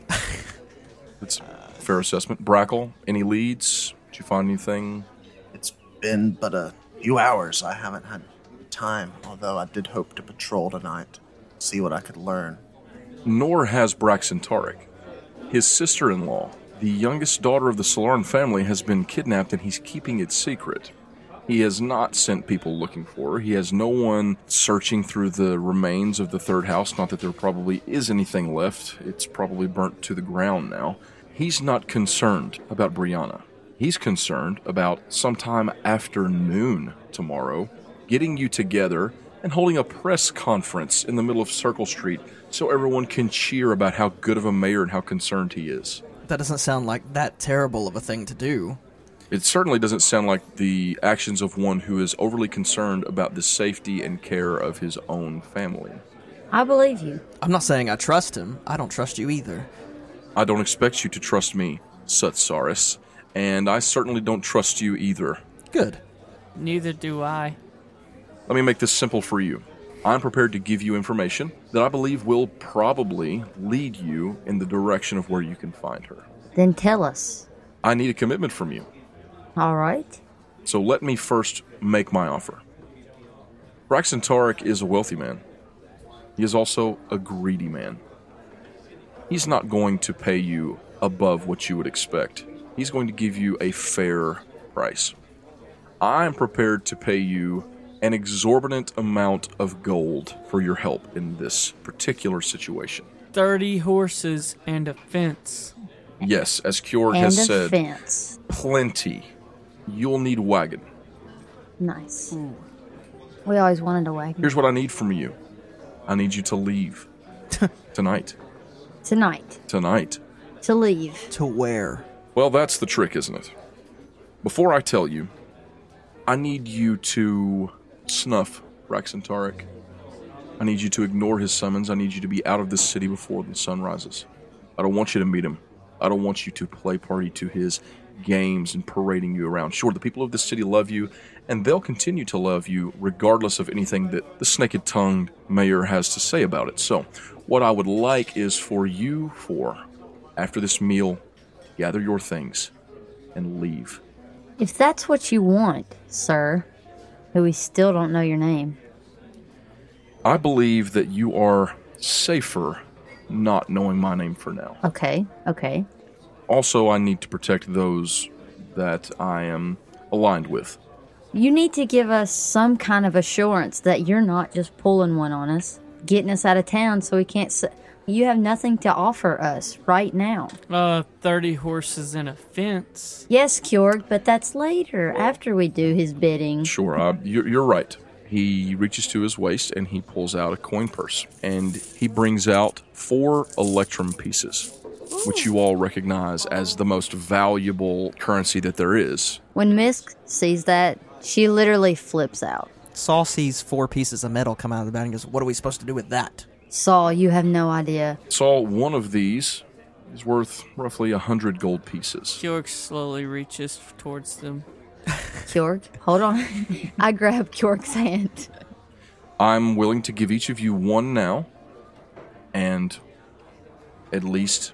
C: That's a fair assessment. Brackle, any leads? Did you find anything?
A: It's been but a few hours. I haven't had time, although I did hope to patrol tonight, see what I could learn.
C: nor has Braxton Tarek. His sister in law, the youngest daughter of the Solaran family, has been kidnapped and he's keeping it secret. He has not sent people looking for her. He has no one searching through the remains of the third house. Not that there probably is anything left, it's probably burnt to the ground now. He's not concerned about Brianna. He's concerned about sometime after noon tomorrow getting you together and holding a press conference in the middle of Circle Street so everyone can cheer about how good of a mayor and how concerned he is.
B: That doesn't sound like that terrible of a thing to do.
C: It certainly doesn't sound like the actions of one who is overly concerned about the safety and care of his own family.
E: I believe you.
B: I'm not saying I trust him. I don't trust you either.
C: I don't expect you to trust me, Sutsaris, and I certainly don't trust you either.
B: Good.
D: Neither do I.
C: Let me make this simple for you. I'm prepared to give you information that I believe will probably lead you in the direction of where you can find her.
E: Then tell us.
C: I need a commitment from you.
E: All right.
C: So let me first make my offer. Braxton Tarek is a wealthy man. He is also a greedy man. He's not going to pay you above what you would expect. He's going to give you a fair price. I am prepared to pay you an exorbitant amount of gold for your help in this particular situation.
D: 30 horses and a fence.
C: Yes, as Kjord
E: and
C: has
E: a
C: said,
E: fence.
C: plenty. You'll need wagon.
E: Nice. We always wanted a wagon.
C: Here's what I need from you. I need you to leave tonight.
E: Tonight.
C: Tonight.
E: To leave.
B: To where?
C: Well, that's the trick, isn't it? Before I tell you, I need you to snuff Braxton Tarek. I need you to ignore his summons. I need you to be out of this city before the sun rises. I don't want you to meet him. I don't want you to play party to his games and parading you around. Sure, the people of this city love you, and they'll continue to love you regardless of anything that the snaked tongued mayor has to say about it. So, what I would like is for you four, after this meal, gather your things and leave.
E: If that's what you want, sir, who we still don't know your name,
C: I believe that you are safer not knowing my name for now.
E: Okay, okay.
C: Also, I need to protect those that I am aligned with.
E: You need to give us some kind of assurance that you're not just pulling one on us, getting us out of town so we can't. S- you have nothing to offer us right now.
D: Uh, 30 horses and a fence.
E: Yes, Kjorg, but that's later, after we do his bidding.
C: Sure, uh, you're, you're right. He reaches to his waist and he pulls out a coin purse and he brings out four electrum pieces, which you all recognize as the most valuable currency that there is.
E: When Misk sees that, she literally flips out.
B: Saul sees four pieces of metal come out of the bag and goes, What are we supposed to do with that?
E: Saul, you have no idea.
C: Saul, one of these is worth roughly a hundred gold pieces.
D: George slowly reaches towards them.
E: Kjorg, hold on. [LAUGHS] I grab Kjorg's hand.
C: I'm willing to give each of you one now, and at least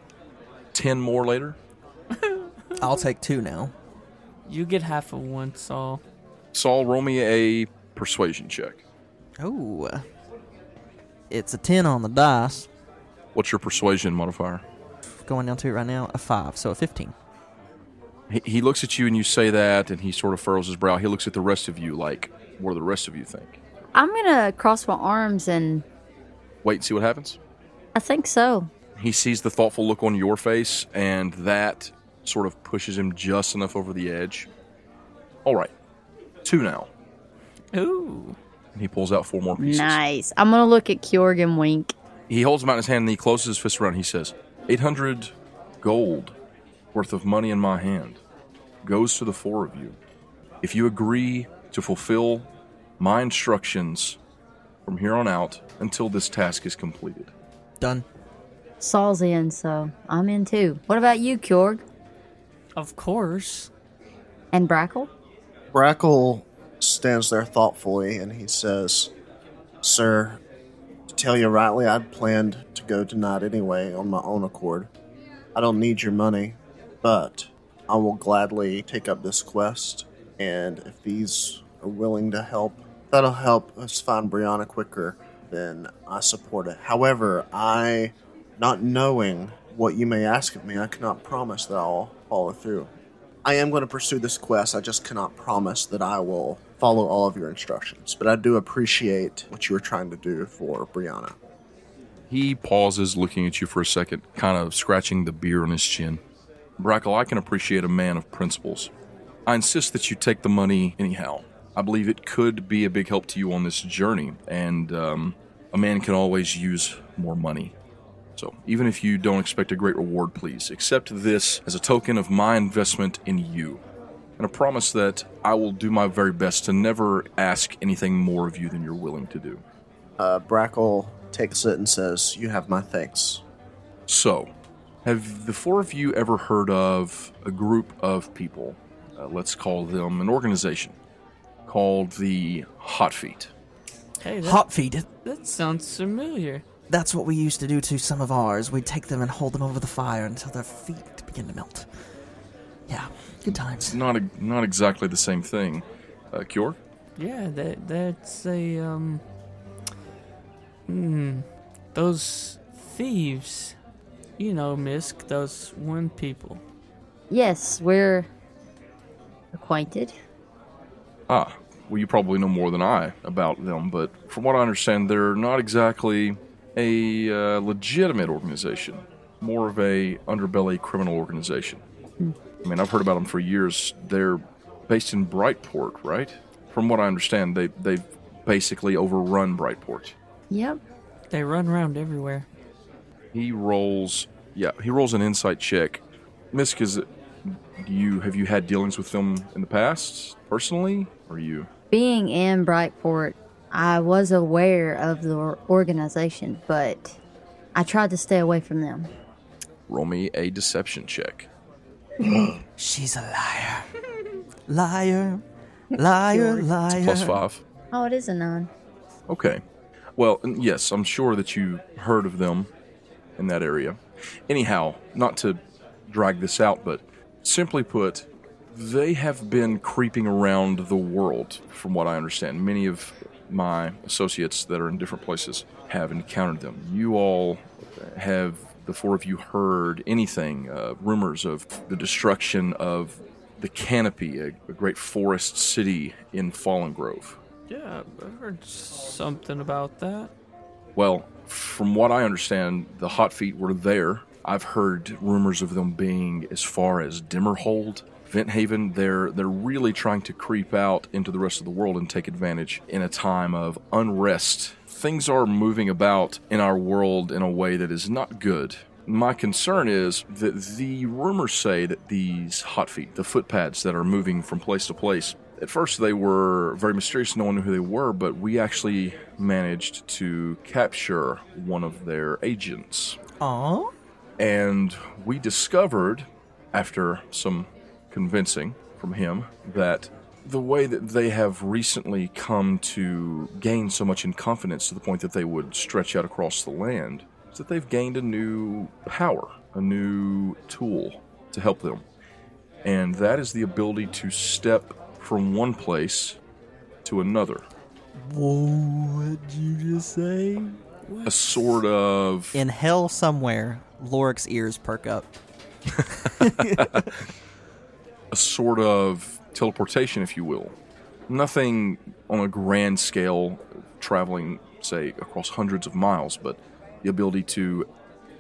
C: ten more later.
B: I'll take two now.
D: You get half of one, Saul.
C: Saul, roll me a persuasion check.
B: Oh. It's a 10 on the dice.
C: What's your persuasion modifier?
B: Going down to it right now, a 5, so a 15.
C: He, he looks at you and you say that, and he sort of furrows his brow. He looks at the rest of you like, what do the rest of you think?
E: I'm gonna cross my arms and
C: Wait and see what happens.
E: I think so.
C: He sees the thoughtful look on your face, and that sort of pushes him just enough over the edge. All right, two now.
D: Ooh.
C: And he pulls out four more pieces.
E: Nice. I'm gonna look at Kjorg and wink.
C: He holds them out in his hand and he closes his fist around. He says, 800 gold worth of money in my hand goes to the four of you. If you agree to fulfill my instructions from here on out until this task is completed.
B: Done.
E: Saul's in, so I'm in too. What about you, Kjorg?
D: Of course.
E: And Brackle?
A: Brackle stands there thoughtfully and he says, Sir, to tell you rightly, I'd planned to go tonight anyway on my own accord. I don't need your money, but I will gladly take up this quest. And if these are willing to help, that'll help us find Brianna quicker, then I support it. However, I Not knowing what you may ask of me, I cannot promise that I'll follow through. I am going to pursue this quest. I just cannot promise that I will follow all of your instructions. But I do appreciate what you were trying to do for Brianna.
C: He pauses, looking at you for a second, kind of scratching the beard on his chin. Brackle, I can appreciate a man of principles. I insist that you take the money anyhow. I believe it could be a big help to you on this journey, and um, a man can always use more money. So, even if you don't expect a great reward, please accept this as a token of my investment in you, and a promise that I will do my very best to never ask anything more of you than you're willing to do.
A: Uh, Brackle takes it and says, You have my thanks.
C: So, have the four of you ever heard of a group of people? Uh, let's call them an organization called the Hot Feet.
D: Hey, that,
B: Hot feet.
D: that sounds familiar.
B: That's what we used to do to some of ours. We'd take them and hold them over the fire until their feet begin to melt. Yeah, good times.
C: Not e- not exactly the same thing. Uh, Cure.
D: Yeah, that that's a um. Hmm. Those thieves, you know, Misk. Those one people.
E: Yes, we're acquainted.
C: Ah, well, you probably know more than I about them, but from what I understand, they're not exactly a uh, legitimate organization. More of a underbelly criminal organization. I mean, I've heard about them for years. They're based in Brightport, right? From what I understand, they they've basically overrun Brightport.
E: Yep.
D: They run around everywhere.
C: He rolls. Yeah, he rolls an insight check. Misk, is it, do you have you had dealings with them in the past personally, or you?
E: Being in Brightport, I was aware of the or- organization, but I tried to stay away from them.
C: Roll me a deception check.
B: She's a liar. Liar. Liar, liar.
C: Plus five.
E: Oh, it is a nine.
C: Okay. Well, n- yes, I'm sure that you heard of them in that area. Anyhow, not to drag this out, but simply put, they have been creeping around the world, from what I understand. Many of my associates that are in different places have encountered them. You all have, the four of you, heard anything, uh, rumors of the destruction of the canopy, a, a great forest city in Fallen Grove.
D: Yeah, I heard something about that.
C: Well, from what I understand, the Hot Feet were there. I've heard rumors of them being as far as Dimmerhold, Venthaven. They're they're really trying to creep out into the rest of the world and take advantage in a time of unrest. Things are moving about in our world in a way that is not good. My concern is that the rumors say that these hot feet, the footpads that are moving from place to place, at first they were very mysterious. No one knew who they were, but we actually managed to capture one of their agents.
B: Aw.
C: And we discovered, after some convincing from him, that the way that they have recently come to gain so much in confidence to the point that they would stretch out across the land is that they've gained a new power, a new tool to help them. And that is the ability to step from one place to another.
B: What'd you just say?
C: A sort of
B: In hell somewhere, Lorik's ears perk up.
C: a sort of teleportation, if you will. Nothing on a grand scale, traveling, say, across hundreds of miles, but the ability to,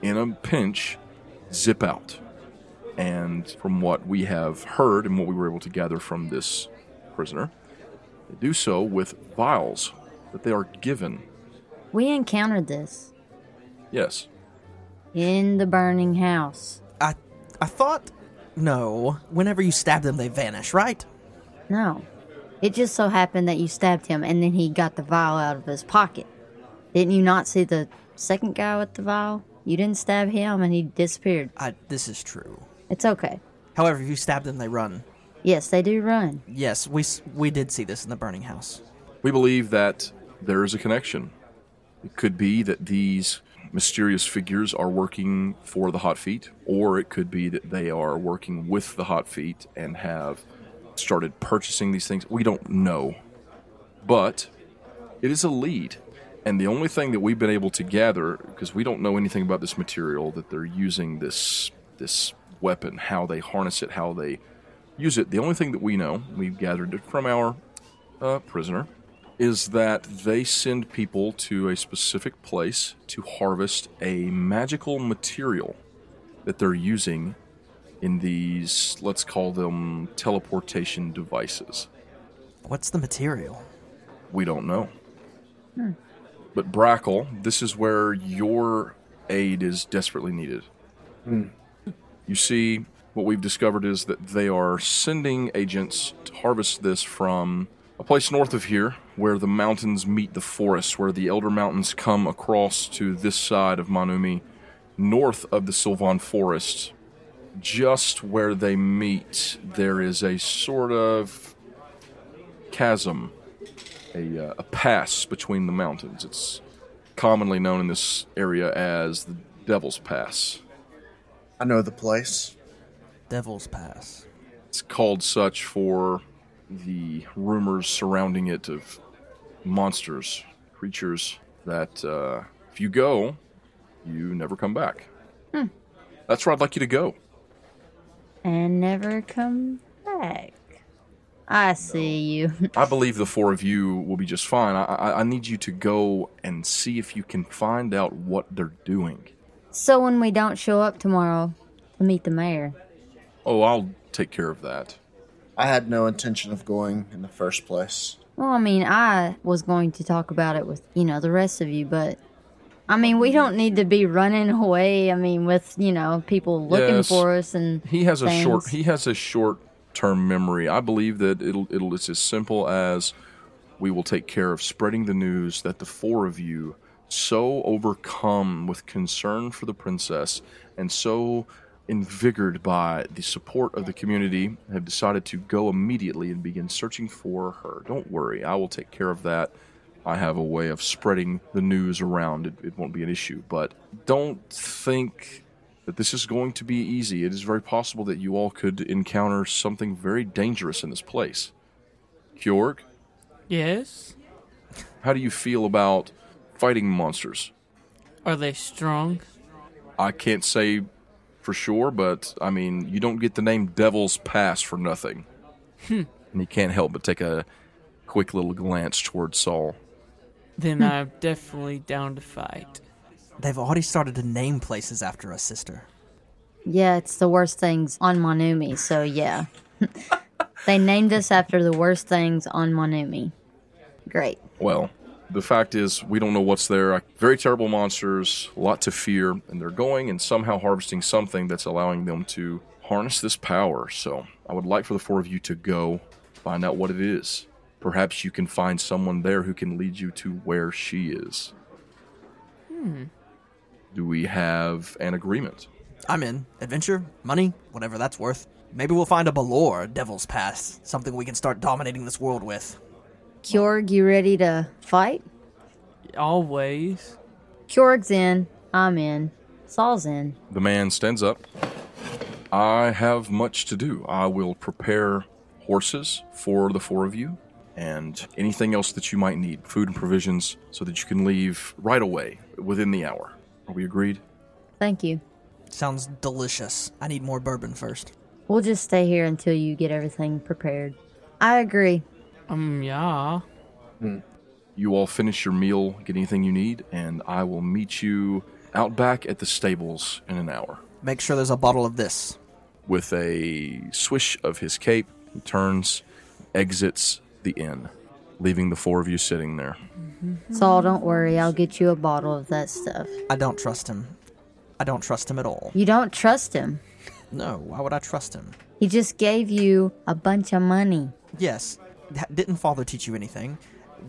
C: in a pinch, zip out. And from what we have heard and what we were able to gather from this prisoner, they do so with vials that they are given.
E: We encountered this
C: Yes.
E: in the burning house.
B: I I thought no. Whenever you stab them they vanish, right?
E: No. It just so happened that you stabbed him and then he got the vial out of his pocket. Didn't you not see the second guy with the vial? You didn't stab him and he disappeared.
B: I this is true.
E: It's okay.
B: However, if you stab them they run.
E: Yes, they do run.
B: Yes, we s- we did see this in the burning house.
C: We believe that there is a connection. It could be that these mysterious figures are working for the Hot Feet, or it could be that they are working with the Hot Feet and have started purchasing these things. We don't know. But it is a lead. And the only thing that we've been able to gather, because we don't know anything about this material that they're using this this weapon, how they harness it, how they use it. The only thing that we know, we've gathered it from our uh, prisoner, is that they send people to a specific place to harvest a magical material that they're using in these, let's call them teleportation devices.
B: What's the material?
C: We don't know. But Brackle, this is where your aid is desperately needed. You see, what we've discovered is that they are sending agents to harvest this from a place north of here where the mountains meet the forests, where the Elder Mountains come across to this side of Manumi, north of the Sylvan Forest. Just where they meet, there is a sort of chasm a, uh, a pass between the mountains. It's commonly known in this area as the Devil's Pass.
A: I know the place.
B: Devil's Pass.
C: It's called such for the rumors surrounding it of monsters, creatures that uh, if you go, you never come back. That's where I'd like you to go.
E: and never come back. I see you. [LAUGHS]
C: I believe the four of you will be just fine. I, I, I need you to go and see if you can find out what they're doing.
E: so when we don't show up tomorrow to meet the mayor,
C: Oh, I'll take care of that.
A: I had no intention of going in the first place.
E: well, I mean, I was going to talk about it with you know the rest of you, but I mean, we don't need to be running away. I mean, with you know people looking
C: Yes.
E: for us and
C: He has a short.
E: things.
C: He has a short term memory. I believe that it'll. It'll. It's as simple as we will take care of spreading the news that the four of you, so overcome with concern for the princess and so invigored by the support of the community, have decided to go immediately and begin searching for her. Don't worry, I will take care of that. I have a way of spreading the news around. It, it won't be an issue, but don't think that this is going to be easy. It is very possible that you all could encounter something very dangerous in this place. Kjorg,
D: Yes?
C: how do you feel about fighting monsters?
D: Are they strong?
C: I can't say for sure, but I mean, you don't get the name Devil's Pass for nothing. and he can't help but take a quick little glance towards Saul.
D: Then I'm definitely down to fight.
B: They've already started to name places after us, sister.
E: yeah, it's the worst things on Monumi. So yeah, [LAUGHS] they named us after the worst things on Monumi. Great.
C: Well, the fact is, we don't know what's there. Very terrible monsters, a lot to fear, and they're going and somehow harvesting something that's allowing them to harness this power. So I would like for the four of you to go find out what it is. Perhaps you can find someone there who can lead you to where she is. Hmm. Do we have an agreement?
B: I'm in. Adventure, money, whatever that's worth. Maybe we'll find a Balor, a Devil's Pass, something we can start dominating this world with.
E: Kjorg, you ready to fight?
D: Always.
E: Kjorg's in. I'm in. Saul's in.
C: The man stands up. I have much to do. I will prepare horses for the four of you and anything else that you might need food and provisions so that you can leave right away within the hour. Are we agreed?
E: Thank you.
B: Sounds delicious. I need more bourbon first.
E: We'll just stay here until you get everything prepared. I agree.
D: Um, yeah.
C: You all finish your meal, get anything you need, and I will meet you out back at the stables in an hour.
B: Make sure there's a bottle of this.
C: With a swish of his cape, he turns, exits the inn, leaving the four of you sitting there.
E: Saul, don't worry. I'll get you a bottle of that stuff.
B: I don't trust him. I don't trust him at all.
E: You don't trust him.
B: No, why would I trust him?
E: He just gave you a bunch of money.
B: Yes, that didn't father teach you anything?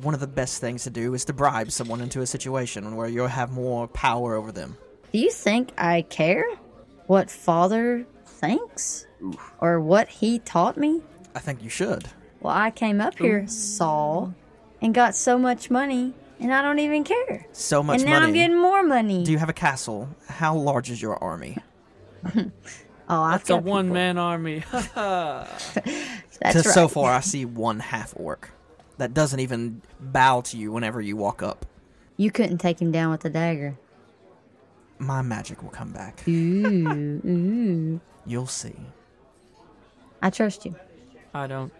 B: One of the best things to do is to bribe someone into a situation where you'll have more power over them.
E: Do you think I care what father thinks or what he taught me?
B: I think you should.
E: Well, I came up here, Saul, and got so much money, and I don't even care.
B: So much
E: and now
B: money.
E: I'm getting more money.
B: Do you have a castle? How large is your army?
E: oh, I've
D: It's a
E: got people.
D: one man army. [LAUGHS]
E: That's
B: to
E: right.
B: so far, I see one half orc that doesn't even bow to you whenever you walk up.
E: You couldn't take him down with a dagger.
B: My magic will come back.
E: Ooh, ooh.
B: You'll see.
E: I trust you.
D: I don't.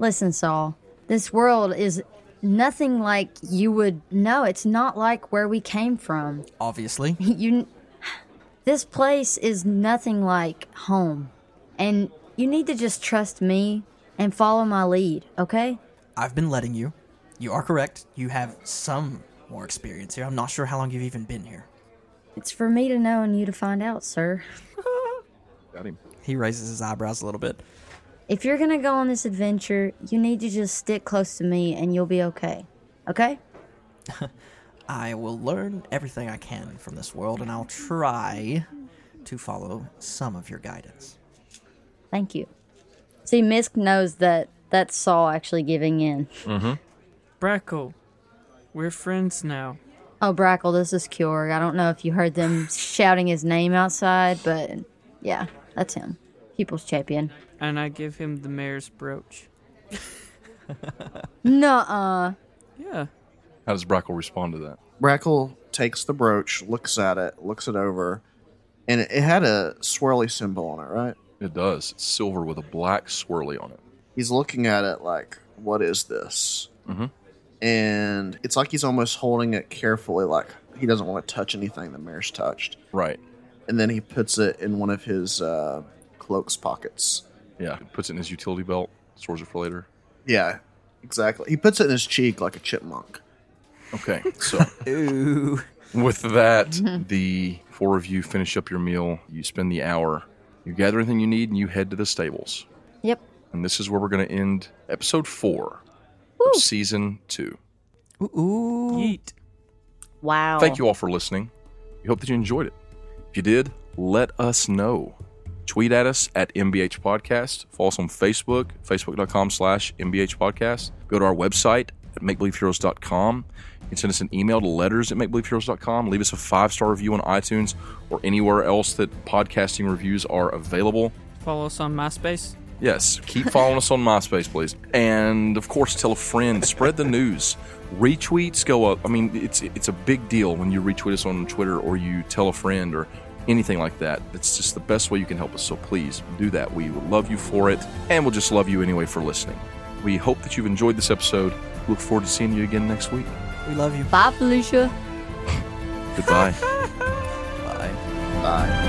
E: Listen, Saul, this world is nothing like you would know. It's not like where we came from. [LAUGHS]
B: Obviously.
E: you this place is nothing like home and you need to just trust me and follow my lead okay
B: I've been letting you. You are correct. You have some more experience here. I'm not sure how long you've even been here.
E: it's for me to know and you to find out sir
C: Got him.
B: He raises his eyebrows a little bit.
E: if you're gonna go on this adventure you need to just stick close to me and you'll be okay okay
B: I will learn everything I can from this world, and I'll try to follow some of your guidance.
E: thank you see misk knows that that's saul actually giving in
D: Brackle, we're friends now.
E: oh brackle this is cure i don't know if you heard [SIGHS] them shouting his name outside but yeah that's him people's champion
D: And I give him the mayor's brooch.
E: Nuh-uh.
D: Yeah.
C: How does Brackle respond to that?
A: Brackle takes the brooch, looks at it, looks it over, and it, it had a swirly symbol on it, right?
C: It does. It's silver with a black swirly on it.
A: He's looking at it like, what is this?
C: Mhm.
A: And it's like he's almost holding it carefully, like he doesn't want to touch anything the mayor's touched.
C: Right.
A: And then he puts it in one of his uh, cloak's pockets.
C: Yeah. Puts it in his utility belt. Stores it for later.
A: Yeah, exactly. He puts it in his cheek like a chipmunk.
C: [LAUGHS] Okay. So
B: Ooh.
C: with that, the four of you finish up your meal. You spend the hour. You gather everything you need and you head to the stables.
E: Yep.
C: And this is where we're going to end episode four of season two.
B: Ooh. ooh.
D: Yeet.
E: Wow.
C: Thank you all for listening. We hope that you enjoyed it. If you did, let us know. Tweet at us at MBH Podcast. Follow us on Facebook, facebook.com slash MBH Podcast. Go to our website at makebelieveheroes.com. You can send us an email to letters at makebelieveheroes.com. Leave us a five star review on iTunes or anywhere else that podcasting reviews are available.
D: Follow us on MySpace.
C: Yes, keep following us on MySpace, please. And of course, tell a friend, spread the news. Retweets go up. I mean, it's it's a big deal when you retweet us on Twitter or you tell a friend or anything like that. That's just the best way you can help us. So please do that. We will love you for it, and we'll just love you anyway for listening. We hope that you've enjoyed this episode. Look forward to seeing you again next week.
B: We love you.
E: Bye, Felicia.
C: Goodbye.
B: Bye.
A: Bye.